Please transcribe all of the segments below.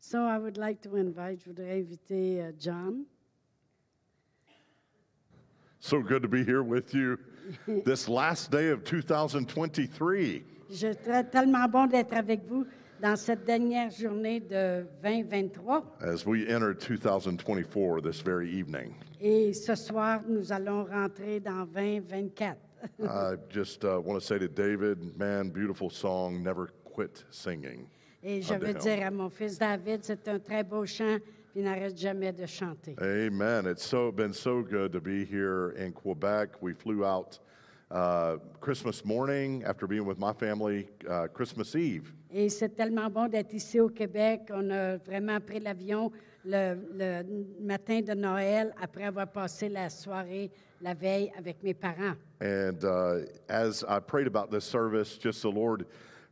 So I would like to invite, je voudrais inviter euh, John. So good to be here with you this last day of 2023. Je serais tellement bon d'être avec vous dans cette dernière journée de 2023. as we enter 2024 this very evening. Et ce soir, nous allons rentrer dans 2024. I just uh, want to say to David, man, beautiful song, never quit singing. Et je Ah, veux d'accord. dire à mon fils David, c'est un très beau chant, puis n'arrête jamais de chanter. Amen. It's so been so good to be here in Quebec. We flew out uh, Christmas morning after being with my family uh, Christmas Eve. Et c'est tellement bon d'être ici au Québec. On a vraiment pris l'avion le, le matin de Noël après avoir passé la soirée la veille avec mes parents. And uh, as I prayed about this service, just the Lord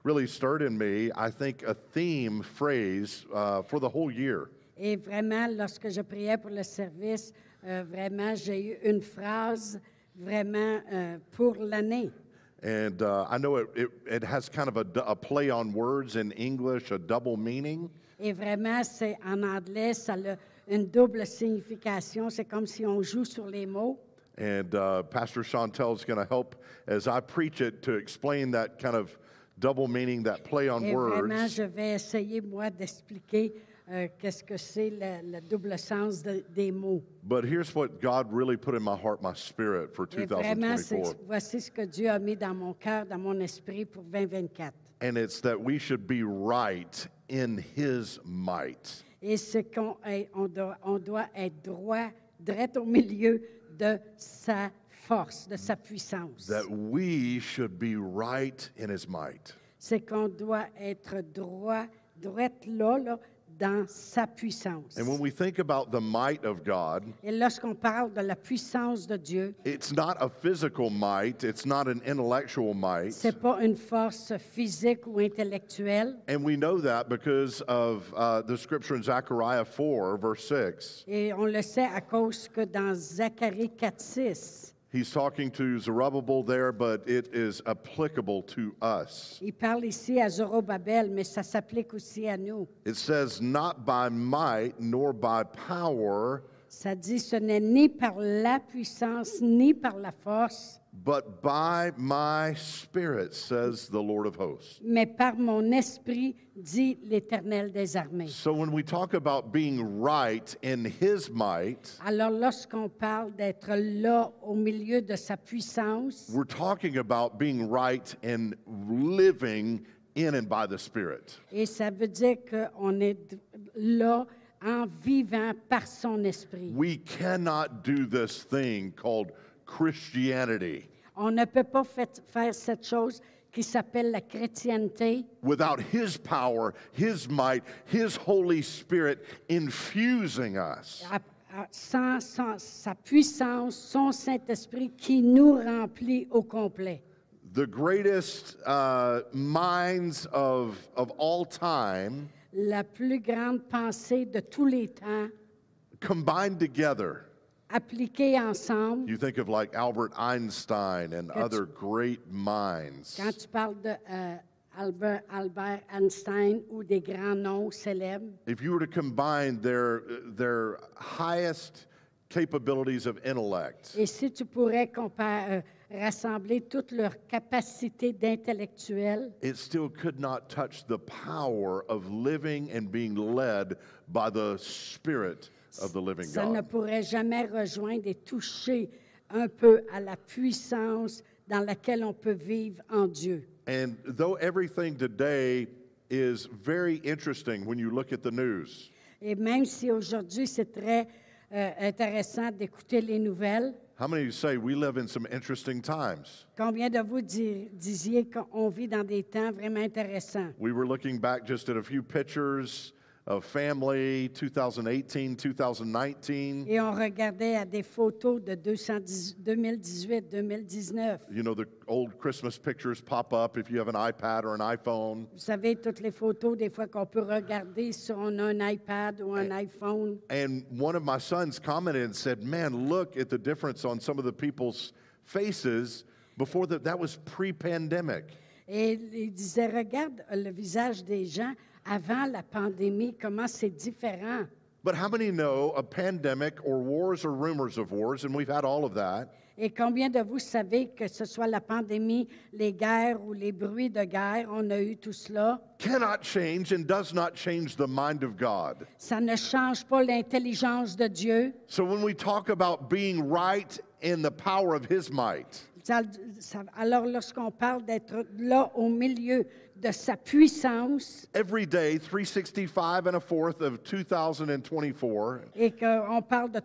really stirred in me, I think, a theme phrase uh, for the whole year. Et vraiment, lorsque je priais pour le service, euh, vraiment, j'ai eu une phrase vraiment euh, pour l'année. And uh, I know it, it, it has kind of a, du- a play on words in English, a double meaning. Et vraiment, c'est en anglais, ça a une double signification. C'est comme si on joue sur les mots. And uh, Pastor Chantel is going to help as I preach it to explain that kind of double meaning, that play on Et vraiment, words. je vais essayer, moi, d'expliquer euh, qu'est-ce que c'est le, le double sens de- des mots. But here's what God really put in my heart, my spirit for Et vraiment, c'est- 2024. voici ce que Dieu a mis dans mon cœur, dans mon esprit pour 2024. And it's that we should be right in His might. Et c'est qu'on est- on doit, on doit être droit, direct au milieu de sa force, de sa puissance. That we should be right in His might. C'est qu'on doit être droit, droite là, là, dans sa puissance. And when we think about the might of God, Et lorsqu'on parle de la puissance de Dieu, It's not a physical might, it's not an intellectual might. c'est pas une force physique ou intellectuelle. And we know that because of uh, the scripture in Zechariah 4, verse 6. Et on le sait à cause que dans Zacharie 4.6, He's talking to Zerubbabel there, but it is applicable to us. il parle ici à Zorobabel, mais ça s'applique aussi à nous. It says, Not by might nor by power, Ça dit, ce n'est ni par la puissance, ni par la force, but by my spirit, says the Lord of hosts. mais par mon esprit, dit l'Éternel des armées. So when we talk about being right in his might, Alors lorsqu'on parle d'être là au milieu de sa puissance, We're talking about being right and living in and by the Spirit. et ça veut dire qu'on est d- là en vivant par son esprit. We cannot do this thing called Christianity On ne peut pas fait- faire cette chose qui s'appelle la chrétienté without His power, His might, His Holy Spirit infusing us. à- à- sans, sans sa puissance, son Saint-Esprit qui nous remplit au complet. The greatest uh, minds of, of all time La plus grande pensée de tous les temps, combined together. appliquée ensemble, You think of like Albert Einstein and That's- other great minds. quand tu parles de euh, Albert, Albert Einstein ou des grands noms célèbres, if you were to combine their, their highest capabilities of intellect et si tu pourrais compa- euh, rassembler toutes leurs capacités d'intellectuels, it still could not touch the power of living and being led by the spirit of the living ça ne god pourrait jamais rejoindre et toucher un peu à la puissance dans laquelle on peut vivre en Dieu. and though everything today is very interesting when you look at the news Et même si aujourd'hui c'est très euh, intéressant d'écouter les nouvelles, how many of you say we live in some interesting times combien de vous di- disiez qu'on vit dans des temps vraiment intéressants? we were looking back just at a few pictures of family 2018 2019 Et on regardait à des photos de 210 2018, 2019. you know, the old Christmas pictures pop up if you have an iPad or an iPhone. Vous savez, toutes les photos, des fois qu'on peut regarder si on a un iPad ou un iPhone. And one of my sons commented and said, Man, look at the difference on some of the people's faces before that. That was pre pandemic. Et il disait, regarde le visage des gens avant la pandémie, comment c'est différent. But how many know a pandemic or wars or rumors of wars, and we've had all of that, Et combien de vous savez que ce soit la pandémie, les guerres ou les bruits de guerre, on a eu tout cela. cannot change and does not change the mind of God? Ça ne change pas l'intelligence de Dieu. So when we talk about being right in the power of His might, Ça- ça- alors lorsqu'on parle d'être là au milieu de sa puissance every day, 365 and a fourth of 2024, et qu'on parle de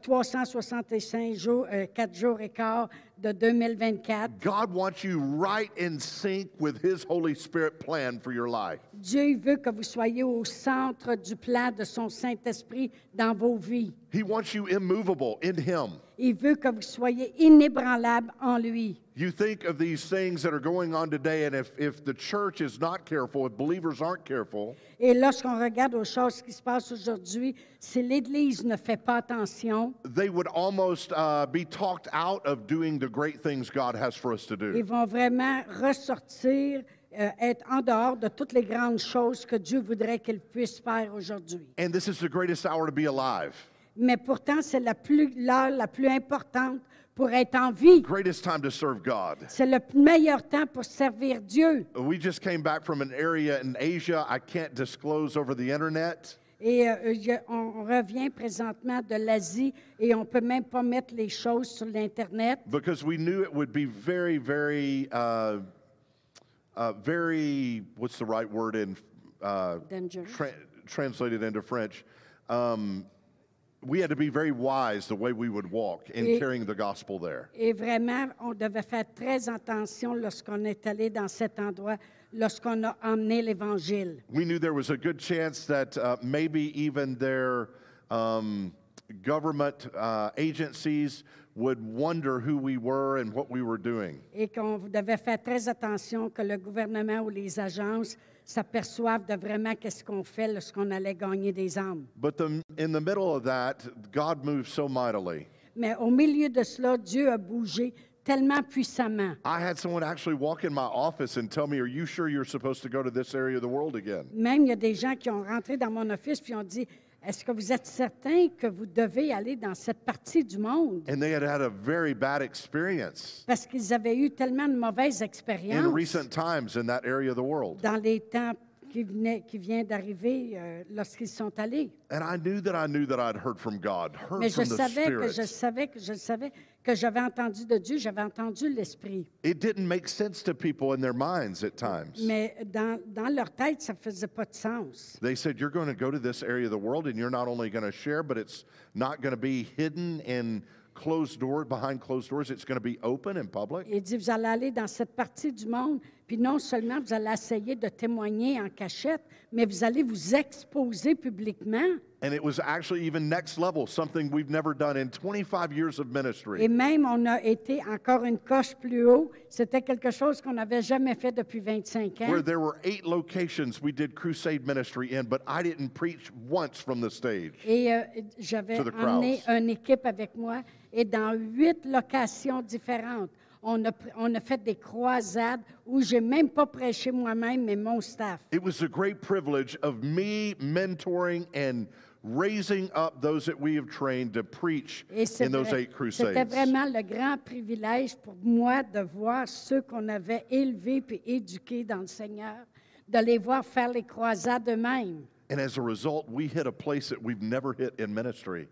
365 jours, 4 jours et quart de 2024, God wants you right in sync with His Holy Spirit plan for your life. Dieu il veut que vous soyez au centre du plan de son Saint-Esprit dans vos vies. He wants you immovable in Him. Il veut que vous soyez inébranlables en lui. You think of these things that are going on today, and if, if the church is not careful, if believers aren't careful, Et lorsqu'on regarde aux choses qui se passent aujourd'hui, si l'Église ne fait pas attention, they would almost uh, be talked out of doing the great things God has for us to ils do. vont vraiment ressortir, euh, être en dehors de toutes les grandes choses que Dieu voudrait qu'ils puissent faire aujourd'hui. And this is the greatest hour to be alive, Mais pourtant, c'est la plus- l'heure la plus importante pour être en vie. greatest time to serve God. C'est le meilleur temps pour servir Dieu. We just came back from an area in Asia I can't disclose over the internet. Et euh, il y a- on on revient présentement de l'Asie et on ne peut même pas mettre les choses sur l'Internet because we knew it would be very, very, uh, uh, very. What's the right word in uh, Dangerous. tra- translated into French? Um, we had to be very wise the way we would walk in Et- carrying the gospel there. Et vraiment, on devait faire très attention lorsqu'on est allé dans cet endroit, lorsqu'on a emmené l'Évangile. We knew there was a good chance that uh, maybe even their um, government uh, agencies would wonder who we were and what we were doing. Et qu'on devait faire très attention que le gouvernement ou les agences s'aperçoivent de vraiment qu'est-ce qu'on fait lorsqu'on allait gagner des âmes. But the, in the middle of that, God moved so mightily. Mais au milieu de cela, Dieu a bougé tellement puissamment. I had someone actually walk in my office and tell me, Are you sure you're supposed to go to this area of the world again? Même il y a des gens qui ont rentré dans mon office puis ont dit Est-ce que vous êtes certain que vous devez aller dans cette partie du monde And they had had a very bad experience Parce qu'ils avaient eu tellement de mauvaises in expériences. recent times in that area of the world. dans les temps qui, venaient, qui viennent d'arriver euh, lorsqu'ils sont allés. And I knew that I knew that I'd heard from God, heard Mais je from the savais que Spirit. je savais que je savais que j'avais entendu de Dieu, j'avais entendu l'Esprit. It didn't make sense to people in their minds at times. Mais dans, dans leur tête, ça ne faisait pas de sens. They said, You're going to go to this area of the world and you're not only going to share, but it's not going to be hidden in closed door behind closed doors. It's going to be open and public. Il dit, vous allez aller dans cette partie du monde, puis non seulement vous allez essayer de témoigner en cachette, mais vous allez vous exposer publiquement. And it was actually even next level, something we've never done in 25 years of Et ministry. même, on a été encore une coche plus haut. C'était quelque chose qu'on n'avait jamais fait depuis 25 ans. Where there were eight locations we did crusade ministry in, but I didn't preach once from the stage. Et euh, j'avais To the emmené crowds. une équipe avec moi et dans huit locations différentes, on a, pr- on a fait des croisades où j'ai même pas prêché moi-même, mais mon staff. It was a great privilege of me mentoring and raising up those that we have trained to preach Et c'est in those vrai- eight c'était crusades. vraiment le grand privilège pour moi de voir ceux qu'on avait élevés puis éduqués dans le Seigneur, de les voir faire les croisades eux-mêmes. And as a result, we hit a place that we've never hit in ministry.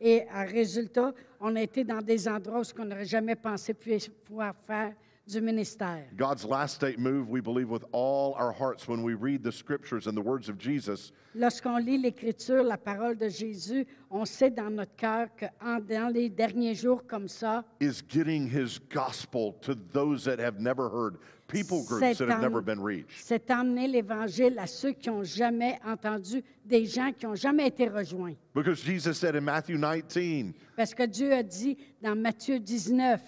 Et en résultat, on a été dans des endroits où on n'aurait jamais pensé puis- pouvoir faire du ministère. God's last state move, we believe with all our hearts when we read the scriptures and the words of Jesus, Lorsqu'on lit l'Écriture, la parole de Jésus, on sait dans notre cœur que en- dans les derniers jours comme ça, is getting his gospel to those that have never heard, people groups c'est that have en- never been reached. c'est emmener l'Évangile à ceux qui n'ont jamais entendu, des gens qui n'ont jamais été rejoints. Because Jesus said in Matthew 19, Parce que Dieu a dit dans Matthieu 19,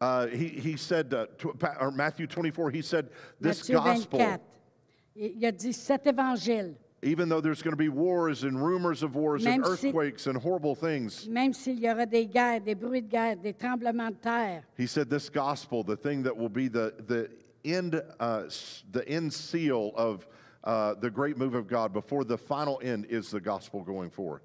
uh, he, he said, uh, tw- pa- or Matthew 24, he said, This Matthieu gospel, 24, il il a dit cet Évangile, even though there's going to be wars and rumors of wars and Même si- earthquakes and horrible things, même s'il y aura des guerres, des bruits de guerre, des tremblements de terre, he said, This gospel, the thing that will be the, the, end, uh, s- the end seal of uh, the great move of God before the final end is the gospel going forth.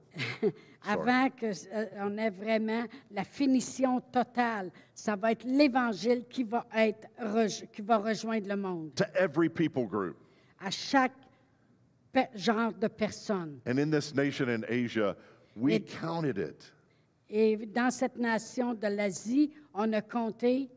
Avant qu'on ait vraiment la finition totale, ça va être l'Évangile qui, va être rej- qui va rejoindre le monde, to every people group. à chaque pe- genre de personne. And in this nation in Asia, we It- counted it. Et dans cette nation de l'Asie, on a compté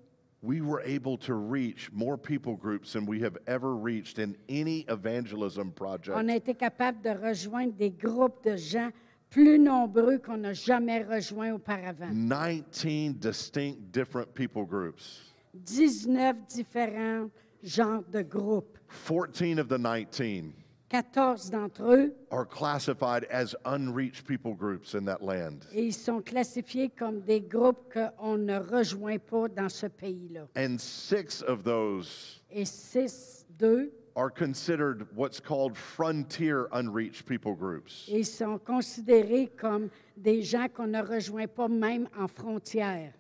We were able to reach more people groups than we have ever reached in any evangelism project. On a été capable de rejoindre des groupes de gens plus nombreux qu'on n'a jamais rejoints auparavant. 19 distinct different people groups. 19 différents genres de groupes. 14 of the 19 14 d'entre eux, are classified as unreached people groups in that land. et ils sont classifiés comme des groupes qu'on ne rejoint pas dans ce pays-là. And six of those Et 6, 2, are considered what's called frontier unreached people groups. ils sont considérés comme des gens qu'on ne rejoint pas même en frontière.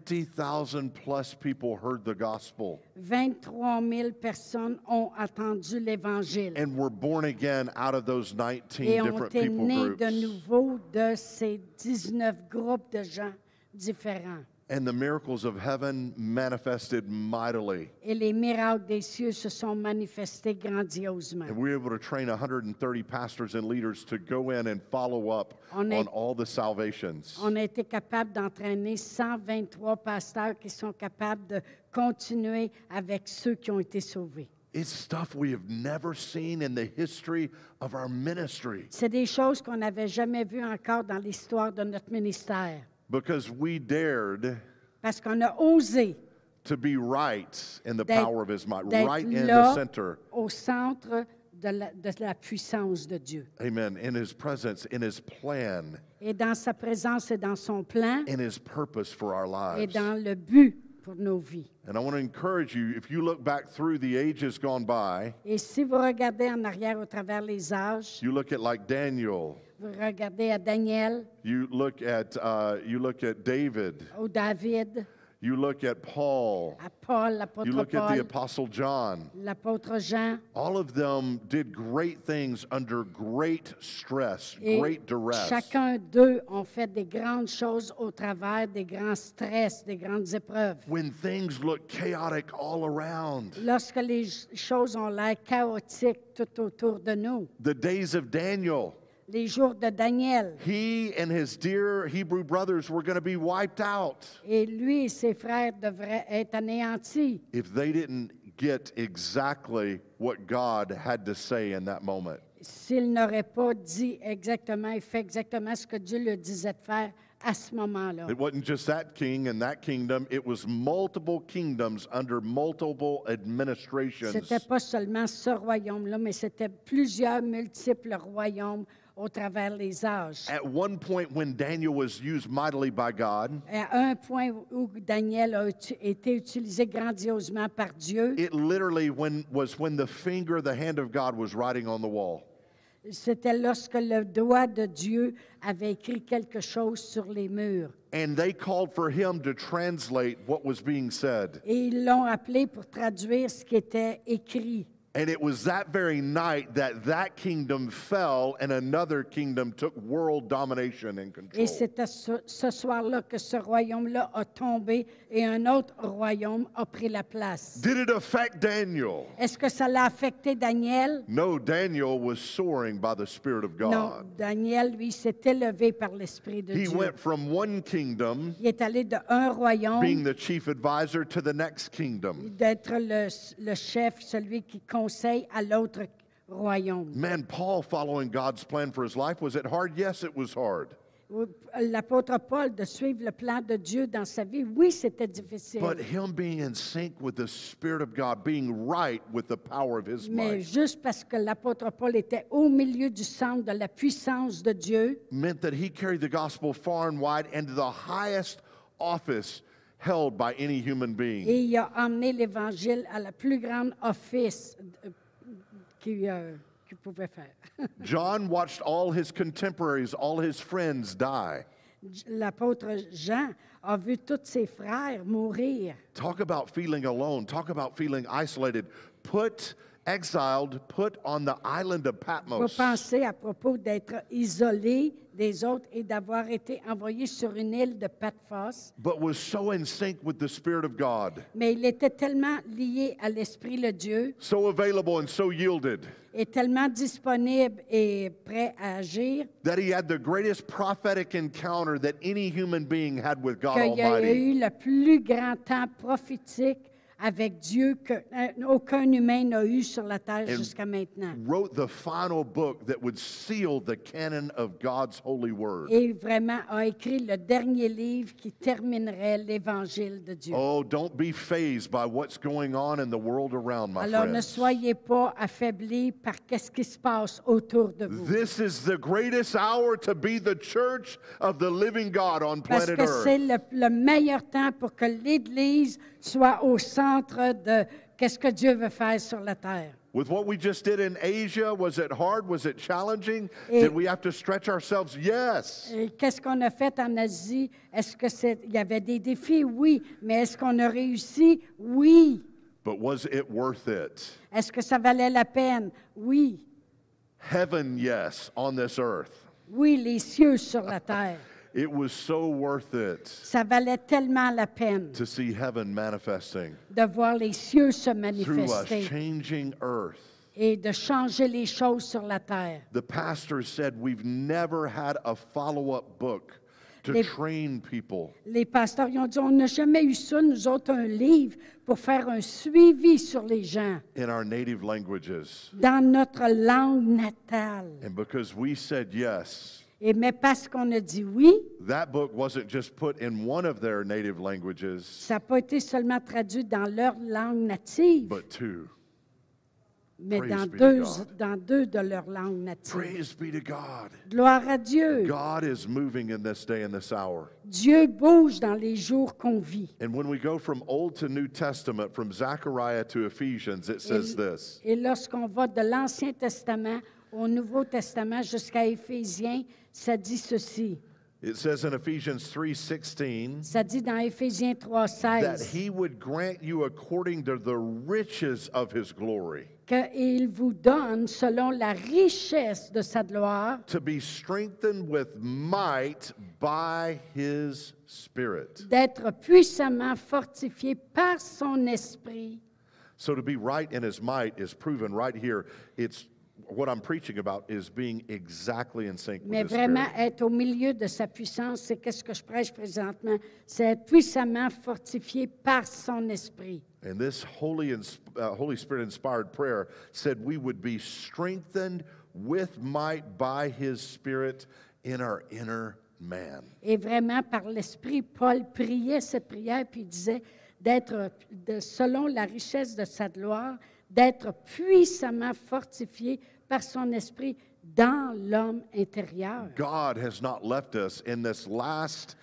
20,000 plus people heard the gospel 23 000 personnes ont attendu l'Évangile. and were born again out of those 19 Et ont different été people nés groups. de nouveau de ces 19 groupes de gens différents. And the miracles of heaven manifested mightily. Et les miracles des cieux se sont manifestés grandiosement. And we were able to train 130 pastors and leaders to go in and follow up On on, est- all the salvations. On a été capable d'entraîner 123 pasteurs qui sont capables de continuer avec ceux qui ont été sauvés. It's stuff we have never seen in the history of our ministry C'est des choses qu'on n'avait jamais vues encore dans l'histoire de notre ministère. because we dared Parce qu'on a osé to be right in the d'être power of His might, d'être right in là the center. au centre de la- de la puissance de Dieu. Amen. In His presence, in His plan. et dans sa présence et dans son plan and his purpose for our et lives. dans le but pour nos vies. And I want to encourage you if you look back through the ages gone by, Et si vous regardez en arrière au travers les âges, you look at like Daniel, vous regardez à Daniel, you look at, uh, you look at David, au David, you look at Paul, à Paul, you l'apôtre look at the Paul, Apostle John. l'apôtre Jean, All of them did great things under great stress, et great duress. E chacun d'eux ont fait des grandes choses au travers des grands stress, des grandes épreuves. When things look chaotic all around, Lorsque les ch- choses ont l'air chaotiques tout autour de nous, the days of Daniel, les jours de Daniel, he and his dear Hebrew brothers were going to be wiped out. et lui et ses frères devraient être anéantis. if they didn't get exactly what God had to say in that moment. s'il n'aurait pas dit exactement et fait exactement ce que Dieu le disait de faire à ce moment-là. It wasn't just that king and that kingdom, it was multiple kingdoms under multiple administrations. C'était pas seulement ce royaume-là, mais c'était plusieurs multiples royaumes au travers les âges. At one point, when Daniel was used mightily by God, À un point où Daniel a utu- été utilisé grandiosement par Dieu, it literally when, was when the finger, the hand of God was writing on the wall. c'était lorsque le doigt de Dieu avait écrit quelque chose sur les murs. And they called for him to translate what was being said. Et ils l'ont appelé pour traduire ce qui était écrit. And it was that very night that that kingdom fell and another kingdom took world domination and control. Et c'était ce, ce soir-là que ce royaume-là a tombé et un autre royaume a pris la place. Did it affect Daniel? Est-ce que ça l'a affecté Daniel? No, Daniel was soaring by the Spirit of Non, God. Daniel, lui, s'est élevé par l'Esprit de He Dieu. went from one kingdom, Il est allé de un being royaume, the chief advisor, to the next kingdom. d'être le, le chef, celui qui conseille à l'autre royaume. Man, Paul following God's plan for his life, was it hard? Yes, it was hard. L'apôtre Paul, de suivre le plan de Dieu dans sa vie, oui, c'était difficile. But him being in sync with the Spirit of God, being right with the power of his Mais might, juste parce que l'apôtre Paul était au milieu du centre de la puissance de Dieu, meant that he carried the gospel far and wide and to the highest office held by any human being. Et il a emmené l'Évangile à la plus grande office euh, qu'il euh, qu'il pouvait faire. John watched all his contemporaries, all his friends die. L'apôtre Jean a vu tous ses frères mourir. Talk about feeling alone. Talk about feeling isolated. Put exiled, put on the island of Faut Patmos. penser à propos d'être isolé des autres et d'avoir été envoyé sur une île de Patmos, but was so in sync with the Spirit of God, mais il était tellement lié à l'Esprit le Dieu so available and so yielded, et tellement disponible et prêt à agir that he had the greatest prophetic encounter that any human being had with God qu'il y a Oh, Almighty. eu le plus grand temps prophétique avec Dieu qu'aucun humain n'a eu sur la terre jusqu'à maintenant. Wrote the final book that would seal the canon of God's holy word. Et vraiment a écrit le dernier livre qui terminerait l'Évangile de Dieu. Oh, don't be phased by what's going on in the world around, my Alors ne friends. soyez pas affaiblis par qu'est-ce qui se passe autour de vous. This is the greatest hour to be the church of the living God on Parce planet que c'est Earth. le, le meilleur temps pour que l'Église soit au centre de qu'est-ce que Dieu veut faire sur la terre. With what we just did in Asia, was it hard? Was it challenging? Et- Did we have to stretch ourselves? Yes. Et Qu'est-ce qu'on a fait en Asie? Est-ce que c'est, il y avait des défis? Oui. Mais est-ce qu'on a réussi? Oui. But was it worth it? Est-ce que ça valait la peine? Oui. Heaven, yes, on this earth. Oui, les cieux sur la terre. It was so worth it Ça valait tellement la peine to see heaven manifesting de voir les cieux se through us, manifester changing earth. et de changer les choses sur la terre. The pastor said, We've never had a follow up book to Les- train people. Les pasteurs ils ont dit, on n'a jamais eu ça, nous autres, un livre pour faire un suivi sur les gens in our native languages. dans notre langue natale. And because we said yes, Et mais parce qu'on a dit oui, that book wasn't just put in one of their native languages, ça n'a pas été seulement traduit dans leur langue native, but two. mais Praise dans be to deux, God. dans deux de leurs langues natives. Praise be to God. Gloire à Dieu. God is moving in this day and this hour. Dieu bouge dans les jours qu'on vit. And when we go from Old to New Testament, from Zechariah to Ephesians, it says this Et lorsqu'on va de l'Ancien Testament au Nouveau Testament jusqu'à Éphésiens, ça dit ceci. it says in Ephesians 3:16, Ça dit dans Éphésiens 3, that 16. he would grant you according to the riches of his glory qu'il vous donne selon la richesse de sa gloire to be strengthened with might by his spirit. d'être puissamment fortifié par son esprit. So to be right in his might is proven right here. It's what I'm preaching about is being exactly in sync Mais with his vraiment spirit. être au milieu de sa puissance, c'est qu'est-ce que je prêche présentement, c'est être puissamment fortifié par son esprit. And this holy ins- uh, Holy Spirit inspired prayer said we would be strengthened with might by his spirit in our inner man. Et vraiment par l'esprit, Paul priait cette prière puis il disait d'être de- selon la richesse de sa gloire, d'être puissamment fortifié par son esprit dans l'homme intérieur. God has not left us in this last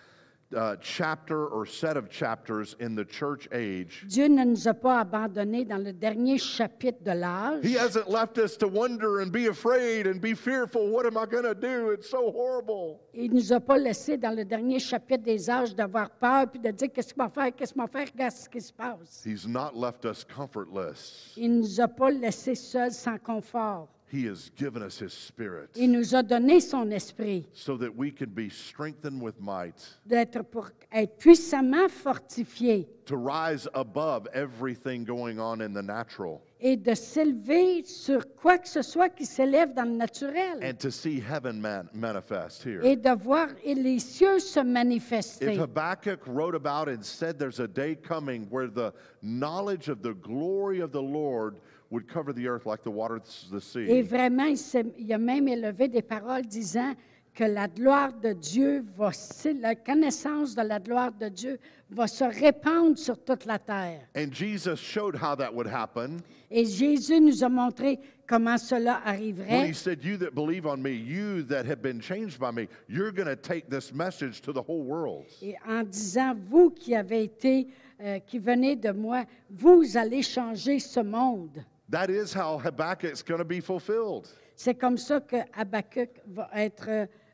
uh, chapter or set of chapters in the church age. Dieu ne nous a pas abandonnés dans le dernier chapitre de l'âge. He hasn't left us to wonder and be afraid and be fearful. What am I going to do? It's so horrible. Il ne nous a pas laissés dans le dernier chapitre des âges d'avoir peur puis de dire qu'est-ce qu'on va faire, qu'est-ce qu'on va faire, regarde ce qui se passe. He's not left us comfortless. Il ne nous a pas laissés seuls sans confort. He has given us His Spirit Il nous a donné son esprit so that we can be strengthened with might d'être pour être puissamment fortifiés to rise above everything going on in the natural et de s'élever sur quoi que ce soit qui s'élève dans le naturel and to see heaven man- manifest here. et de voir les cieux se If manifester. Habakkuk wrote about and said there's a day coming where the knowledge of the glory of the Lord would cover the earth like the waters of the Et sea, vraiment, il, s'est- il a même élevé des paroles disant que la gloire de Dieu va, se- la connaissance de la gloire de Dieu va se répandre sur toute la terre. and Jesus showed how that would happen. Et Jésus nous a montré comment cela When arriverait. he said, You that believe on me, you that have been changed by me, you're going to take this message to the whole world. Et en disant, vous qui avez été, euh, qui venez de moi, vous allez changer ce monde. That is how Habakkuk's going to be fulfilled. C'est comme ça que Habakkuk va être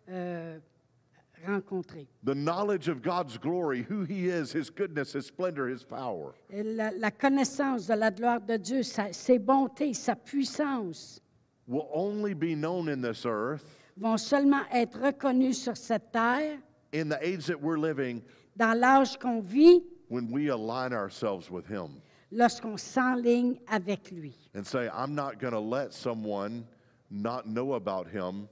euh, rencontré. The knowledge of God's glory, who He is, His goodness, His splendor, His power. Et La, la connaissance de la gloire de Dieu, sa- ses bontés, sa puissance will only be known in this earth vont seulement être reconnues sur cette terre, in the age that we're living dans l'âge qu'on vit, when we align ourselves with Him lorsqu'on s'enligne avec lui. and say, I'm not going to let someone not know about Him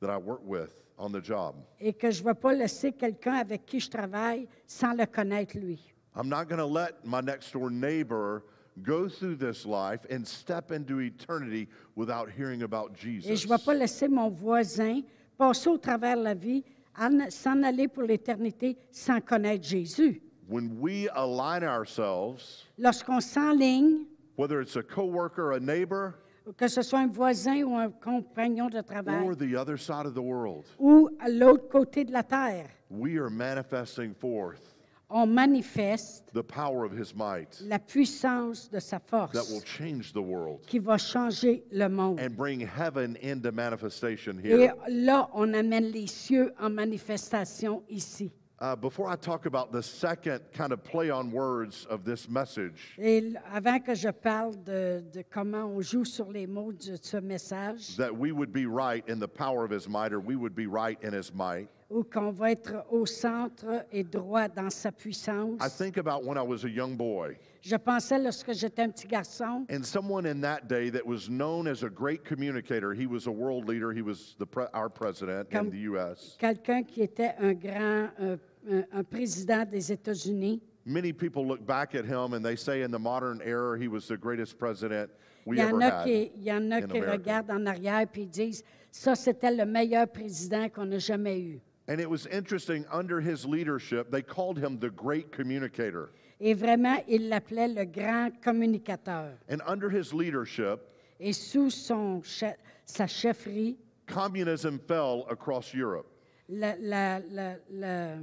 that I work with on the job. Et que je ne vais pas laisser quelqu'un avec qui je travaille sans le connaître lui. I'm not going to let my next door neighbor go through this life and step into eternity without hearing about Et Jesus. je ne vais pas laisser mon voisin passer au travers la vie, en- s'en aller pour l'éternité sans connaître Jésus. When we align ourselves, Lorsqu'on s'enligne, whether it's a coworker, a neighbor, que ce soit un voisin ou un compagnon de travail, or the other side of the world, ou à l'autre côté de la terre, we are manifesting forth on manifeste the power of his might la puissance de sa that will force change the world qui va changer le monde. and bring heaven into manifestation Et here. là, on amène les cieux en manifestation ici. Uh, before I talk about the second kind of play on words of this message, Et l- avant que je parle de, de comment on joue sur les mots de ce message, that we would be right in the power of his might, or we would be right in his might. ou qu'on va être au centre et droit dans sa I puissance, think about when I was a young boy, je pensais lorsque j'étais un petit garçon, and someone in that day that was known as a great communicator. He was a world leader. He was the pre- our president in Come- the U.S. quelqu'un qui était un grand, un- un- un président des États-Unis, Many people look back at him and they say, in the modern era, he was the greatest president we Il y en ever a had. qui, il y en a in qui America. regardent en arrière puis disent ça c'était le meilleur président qu'on a jamais eu. And it was interesting, under his leadership, they called him the great communicator. Et vraiment, il l'appelait le grand communicateur. And under his leadership, Et sous son che- sa chefferie, communism fell across Europe. le, la- la- le-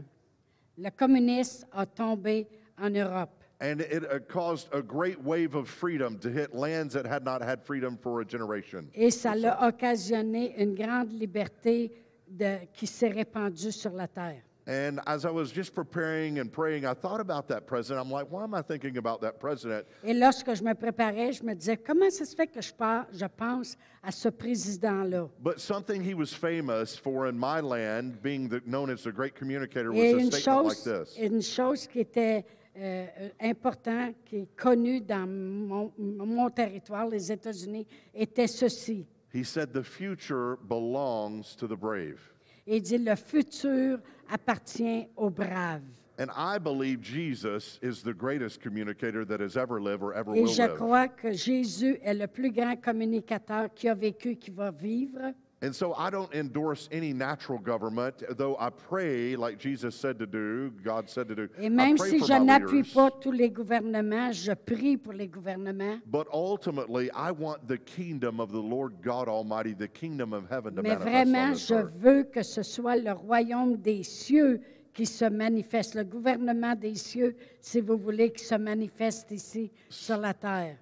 le communisme a tombé en Europe. And it uh, caused a great wave of freedom to hit lands that had not had freedom for a generation. Et ça l'a occasionné une grande liberté de- qui s'est répandue sur la terre. And as I was just preparing and praying, I thought about that president. I'm like, why am I thinking about that president? Et lorsque je me préparais, je me disais, comment ça se fait que je, par- je pense à ce président-là? But something he was famous for in my land, being the, known as the great communicator, was Et a une statement like chose, this. une chose qui était euh, euh, importante, qui est connue dans mon, mon territoire, les États-Unis, était ceci. He said, The future belongs to the brave. Il dit, le futur appartient aux braves. And I believe Jesus is the greatest communicator that has ever lived or ever Et will je live. crois que Jésus est le plus grand communicateur qui a vécu et qui va vivre. And so I don't endorse any natural government, though I pray, like Jesus said to do, God said to do. Et I même pray si for je my n'appuie leaders. pas tous les gouvernements, je prie pour les gouvernements. But ultimately, I want the kingdom of the Lord God Almighty, the kingdom of heaven, to Mais manifest on vraiment, this je earth. veux que ce soit le royaume des cieux qui se manifeste, le gouvernement des cieux, si vous voulez, qui se manifeste ici sur la terre.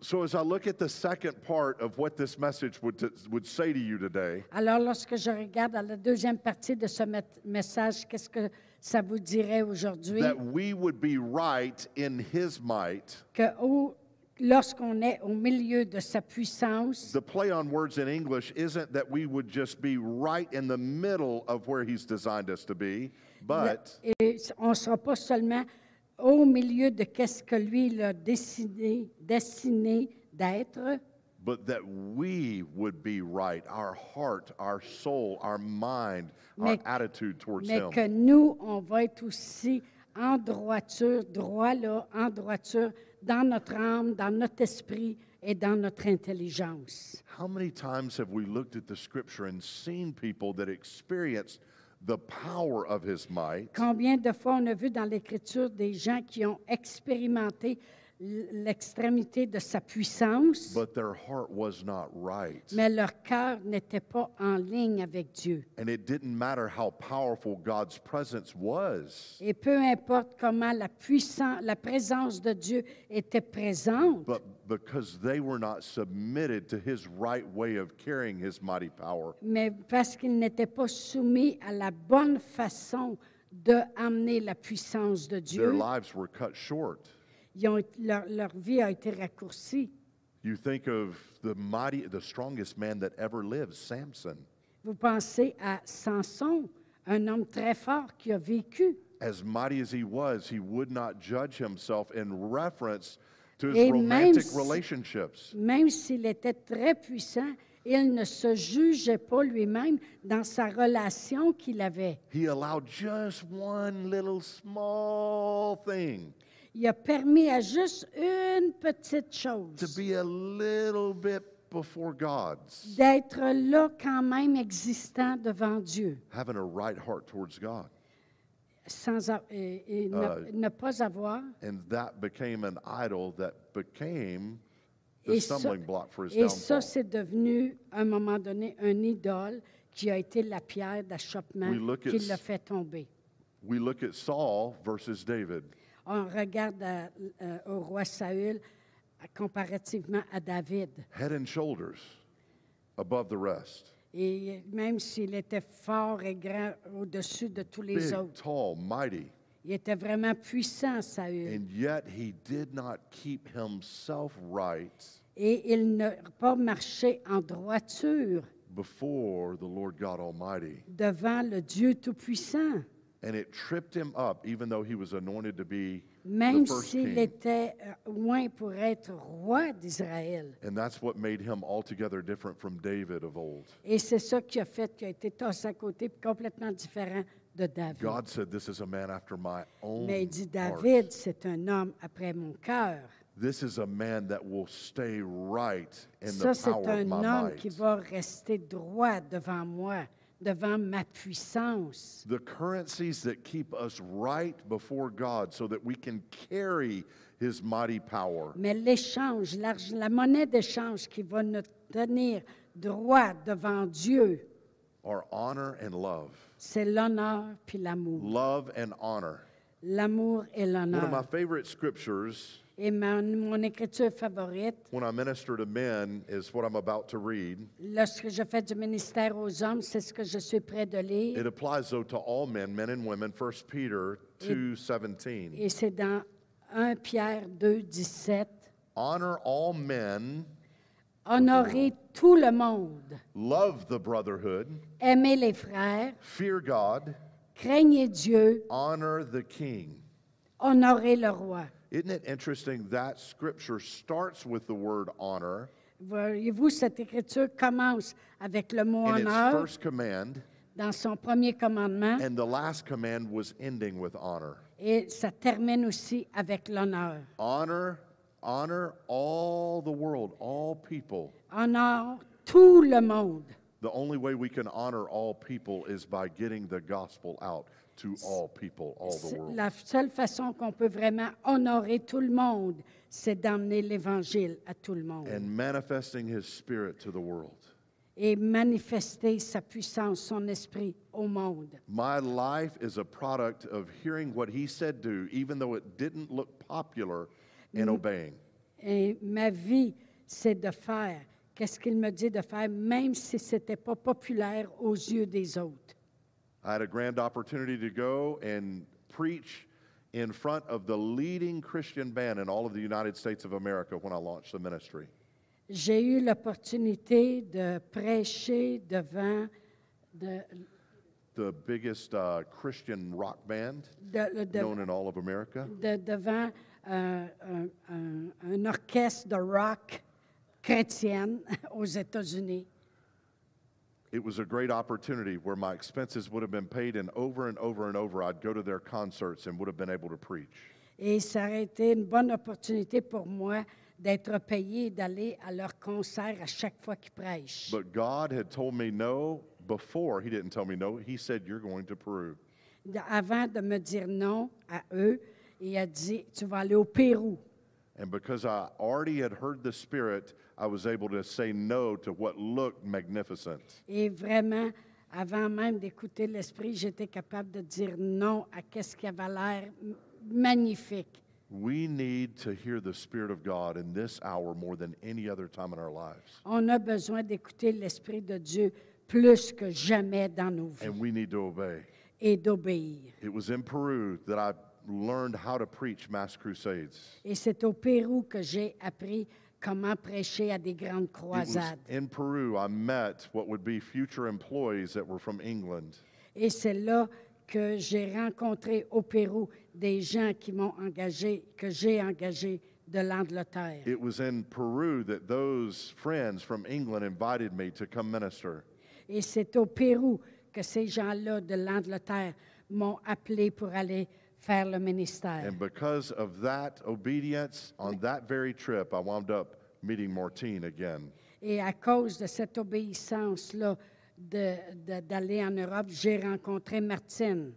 So as I look at the second part of what this message would, t- would say to you today, Alors, lorsque je regarde à la deuxième partie de ce met- message, qu'est-ce que ça vous dirait aujourd'hui? that we would be right in His might. Que au- lorsqu'on est au milieu de sa puissance, The play on words in English isn't that we would just be right in the middle of where He's designed us to be, but et on ne sera pas seulement au milieu de qu'est-ce que lui il a décidé, destiné d'être, but that we would be right. Our heart, our soul, our mind, Mais- our attitude towards mais Him. que nous, on va être aussi en droiture, droit là, en droiture, dans notre âme, dans notre esprit et dans notre intelligence. How many times have we looked at the scripture and seen people that experienced the power of his might, Combien de fois on a vu dans l'Écriture des gens qui ont expérimenté l'extrémité de sa puissance, but their heart was not right. mais leur cœur n'était pas en ligne avec Dieu. And it didn't matter how powerful God's presence was, Et peu importe comment la, puissance, la présence de Dieu était présente, but because they were not submitted to his right way of carrying his mighty power, mais parce qu'ils n'étaient pas soumis à la bonne façon de amener la puissance de their Dieu, lives were cut short. ils ont- leur, leur vie a été raccourcie. You think of the mighty, the strongest man that ever lived, Samson. Vous pensez à Samson, un homme très fort qui a vécu. As mighty as he was, he would not judge himself in reference to his Et même romantic si- relationships. Même s'il était très puissant, il ne se jugeait pas lui-même dans sa relation qu'il avait. He allowed just one little small thing Il a permis à juste une petite to chose be a little bit before God's, d'être là quand même existant devant Dieu, having a right heart towards God. sans a- et, Ah, et ne, ne pas avoir. And that became an idol that became the Et ça, stumbling block for his et ça, downfall. c'est devenu, à un moment donné, un idole qui a été la pierre d'achoppement We look at qui s- l'a fait tomber. We look at Saul versus David. On regarde à- euh, au roi Saül à- comparativement à David. head and shoulders above the rest. Et même s'il était fort et grand au-dessus de tous les Big, autres, tall, mighty. il était vraiment puissant, Saül. And yet he did not keep himself right Et il n'a pas marché en droiture before the Lord God Almighty. devant le Dieu Tout-Puissant, And it tripped him up, even though he was anointed to be the même first s'il king. était euh, loin pour être roi d'Israël. And that's what made him altogether different from David of old. Et c'est ça qui a fait qu'il a été tossé à côté, puis complètement différent de David. God said, This is a man after my own Mais il dit, heart. David, c'est un homme après mon cœur. This is a man that will stay right in Ça, the c'est power of un my homme might. qui va rester droit devant moi, devant ma puissance. the currencies that keep us right before God so that we can carry His mighty power. Mais l'échange, l'arg- la monnaie d'échange qui va nous tenir droit devant Dieu, Our honor and love. c'est l'honneur puis l'amour. Love and honor. L'amour et One of my l'honneur. favorite scriptures Et ma- mon écriture favorite, when I minister to men is what I'm about to read. lorsque je fais du ministère aux hommes, c'est ce que je suis près de lire. It applies though to all men, men and women, 1 Peter 2:17. Et c'est dans 1 Pierre 2, 17. Honor all men, Honorez tout le monde. love the brotherhood, Aimez les frères. fear God, Craignez Dieu. honor the king. Honorez le roi. Isn't it interesting that scripture starts with the word honor? Voyez-vous, cette écriture commence avec le mot in its honneur first command, dans son premier commandement and the last command was ending with honor. et ça termine aussi avec l'honneur. Honor, honor all the world, all people. Honore tout le monde. The only way we can honor all people is by getting the gospel out to all people, all the C'est world. La seule façon qu'on peut vraiment honorer tout le monde, c'est d'emmener l'Évangile à tout le monde And manifesting his spirit to the world. et manifester sa puissance, son esprit au monde. My life is a product of hearing what he said do, even though it didn't look popular, and obeying. Et ma vie, c'est de faire qu'est-ce qu'il me dit de faire, même si ce n'était pas populaire aux yeux des autres. I had a grand opportunity to go and preach in front of the leading Christian band in all of the United States of America when I launched the ministry. J'ai eu l'opportunité de prêcher devant de, The biggest uh, Christian rock band de- de- known in all of America. de- devant euh, un, un- un orchestre de rock chrétienne aux États-Unis. It was a great opportunity where my expenses would have been paid, and over and over and over, I'd go to their concerts and would have been able to preach. Et ça aurait été une bonne opportunité pour moi d'être payé et d'aller à leur concert à chaque fois qu'ils prêchent. But God had told me no before. He didn't tell me no. He said, You're going to Peru. De- avant de me dire non à eux, il a dit, tu vas aller au Pérou. And because I already had heard the Spirit, I was able to say no to what looked magnificent. Et vraiment, avant même d'écouter l'Esprit, j'étais capable de dire non à qu'est-ce qui avait l'air m- magnifique. We need to hear the Spirit of God in this hour more than any other time in our lives. On a besoin d'écouter l'Esprit de Dieu plus que jamais dans nos vies And we need to obey. et d'obéir. It was in Peru that I learned how to preach mass crusades. Et c'est au Pérou que j'ai appris comment prêcher à des grandes It was croisades. in Peru, I met what would be future employees that were from England. Et c'est là que j'ai rencontré au Pérou des gens qui m'ont engagé, que j'ai engagé de l'Angleterre. It was in Peru that those friends from England invited me to come minister. Et c'est au Pérou que ces gens-là de l'Angleterre m'ont appelé pour aller faire le ministère. And because of that obedience on that very trip, I wound up meeting Martine again. Et à cause de cette obéissance-là de- de- d'aller en Europe, j'ai rencontré Martine.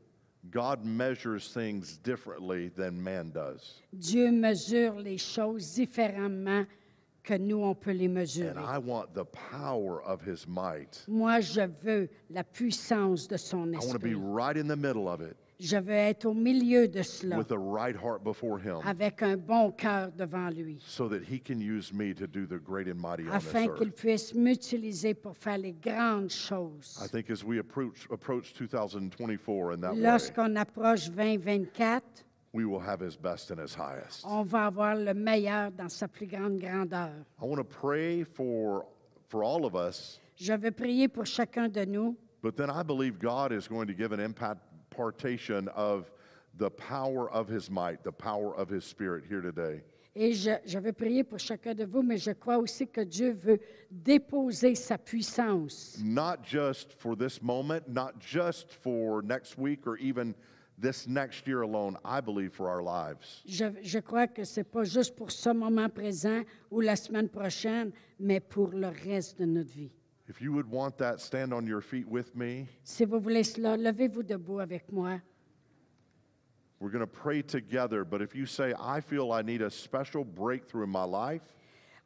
God measures things differently than man does. Dieu mesure les choses différemment que nous, on peut les mesurer. And I want the power of his might. Moi, je veux la puissance de son I want to be esprit. right in the middle of it Je veux être au milieu de cela, with a right heart before him avec un bon cœur devant lui, so that he can use me to do the great and mighty on this afin qu'il earth. puisse m'utiliser pour faire les grandes choses. I think as we approach, approach 2024 in that way, Lorsqu'on approche 2024, we will have his best and his highest. on va avoir le meilleur dans sa plus grande grandeur. I want to pray for, for all of us, Je veux prier pour chacun de nous, but then I believe God is going to give an impartation of the power of his might, the power of his spirit here today. et je, je veux prier pour chacun de vous, mais je crois aussi que Dieu veut déposer sa puissance, Not just for this moment, not just for next week or even this next year alone, I believe for our lives. Je, je crois que ce n'est pas juste pour ce moment présent ou la semaine prochaine, mais pour le reste de notre vie. If you would want that, stand on your feet with me. Si vous voulez cela, levez-vous debout avec moi. We're going to pray together, but if you say, I feel I need a special breakthrough in my life,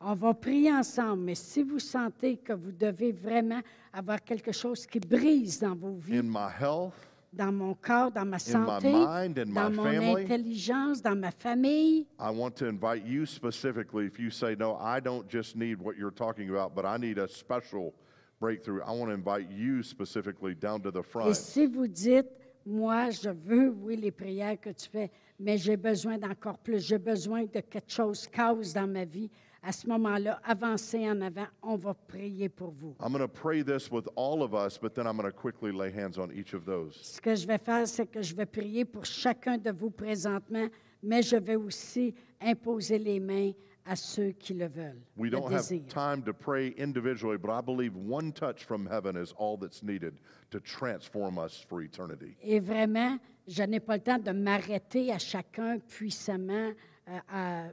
On va prier ensemble, mais si vous sentez que vous devez vraiment avoir quelque chose qui brise dans vos vies, in my health, dans mon corps, dans ma my santé, mind, in my dans mon family. intelligence, dans ma famille, I want to invite you specifically if you say, No, I don't just need what you're talking about, but I need a special breakthrough. I want to invite you specifically down to the et front. si vous dites, moi, je veux, oui, les prières que tu fais, mais j'ai besoin d'encore plus, j'ai besoin de quelque chose cause dans ma vie, à ce moment-là, avancez en avant, on va prier pour vous. I'm going to pray this with all of us, but then I'm going to quickly lay hands on each of those. Ce que je vais faire, c'est que je vais prier pour chacun de vous présentement, mais je vais aussi imposer les mains à ceux qui le veulent, We le don't have désirent. time to pray individually, but I believe one touch from heaven is all that's needed to transform us for eternity. Et vraiment, je n'ai pas le temps de m'arrêter à chacun puissamment euh, à, à-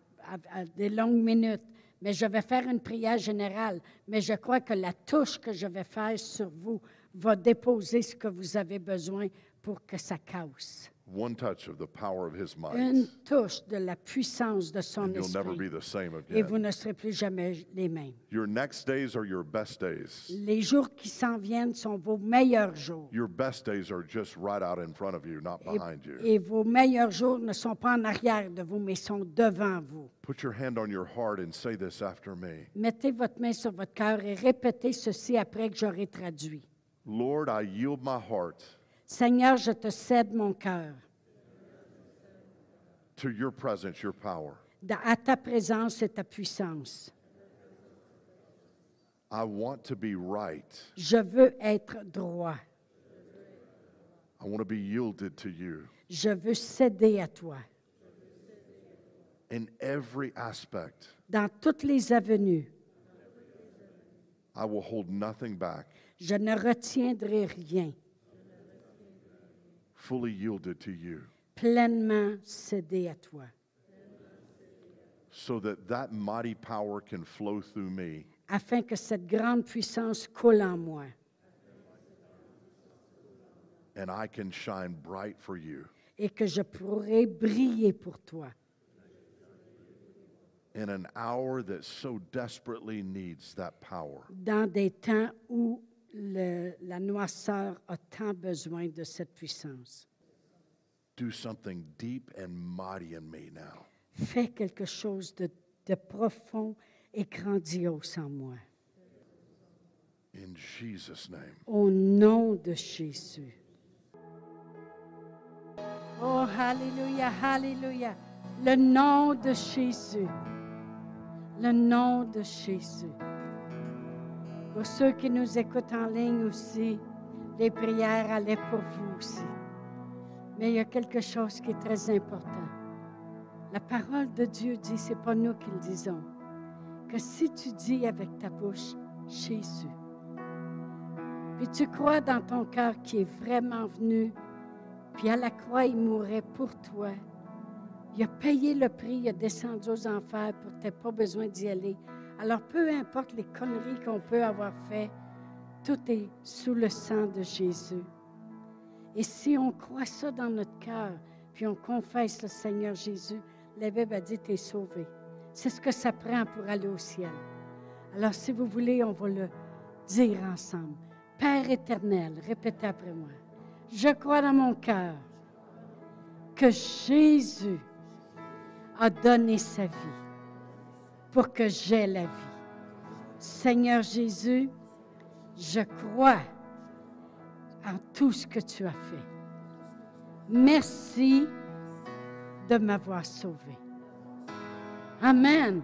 à des longues minutes. Mais je vais faire une prière générale. Mais je crois que la touche que je vais faire sur vous va déposer ce que vous avez besoin pour que ça casse. One touch of the power of His might. Une touche de la puissance de son and you'll never be esprit. the same Et vous again. ne serez plus jamais les mêmes. Your next days are your best days. Les jours qui s'en viennent sont vos meilleurs jours. Your best days are just right out in front of you, not behind you. Et vos meilleurs jours ne sont pas en arrière de vous, mais sont devant vous. Put your hand on your heart and say this after me Mettez votre main sur votre cœur et répétez ceci après que j'aurai traduit. Lord, I yield my heart Seigneur, je te cède mon cœur to your presence, your power. dans- à ta présence et ta puissance. I want to be right. Je veux être droit. I want to be yielded to you Je veux céder à toi in every aspect. dans toutes les avenues. I will hold nothing back, Je ne retiendrai rien. fully yielded to you, Pleinement cédé à toi so that that mighty power can flow through me afin que cette grande puissance coule en moi and I can shine bright for you. et que je pourrai briller pour toi. in an hour that so desperately needs that power. dans des temps où le- la noirceur a tant besoin de cette puissance. Do something deep and mighty in me now. Fais quelque chose de, de profond et grandiose en moi. In Jesus' name. Au nom de Jésus. Oh, hallelujah, hallelujah. Le nom de Jésus. Le nom de Jésus. Pour ceux qui nous écoutent en ligne aussi, les prières allaient pour vous aussi. Mais il y a quelque chose qui est très important. La parole de Dieu dit, c'est pas nous qui le disons, que si tu dis avec ta bouche Jésus, puis tu crois dans ton cœur qui est vraiment venu, puis à la croix, il mourait pour toi. Il a payé le prix, il a descendu aux enfers pour que tu pas besoin d'y aller. Alors, peu importe les conneries qu'on peut avoir faites, tout est sous le sang de Jésus. Et si on croit ça dans notre cœur, puis on confesse le Seigneur Jésus, la Bible a dit, tu es sauvé. C'est ce que ça prend pour aller au ciel. Alors, si vous voulez, on va le dire ensemble. Père éternel, répétez après moi. Je crois dans mon cœur que Jésus a donné sa vie pour que j'aie la vie. Seigneur Jésus, je crois en tout ce que tu as fait. Merci de m'avoir sauvé. Amen.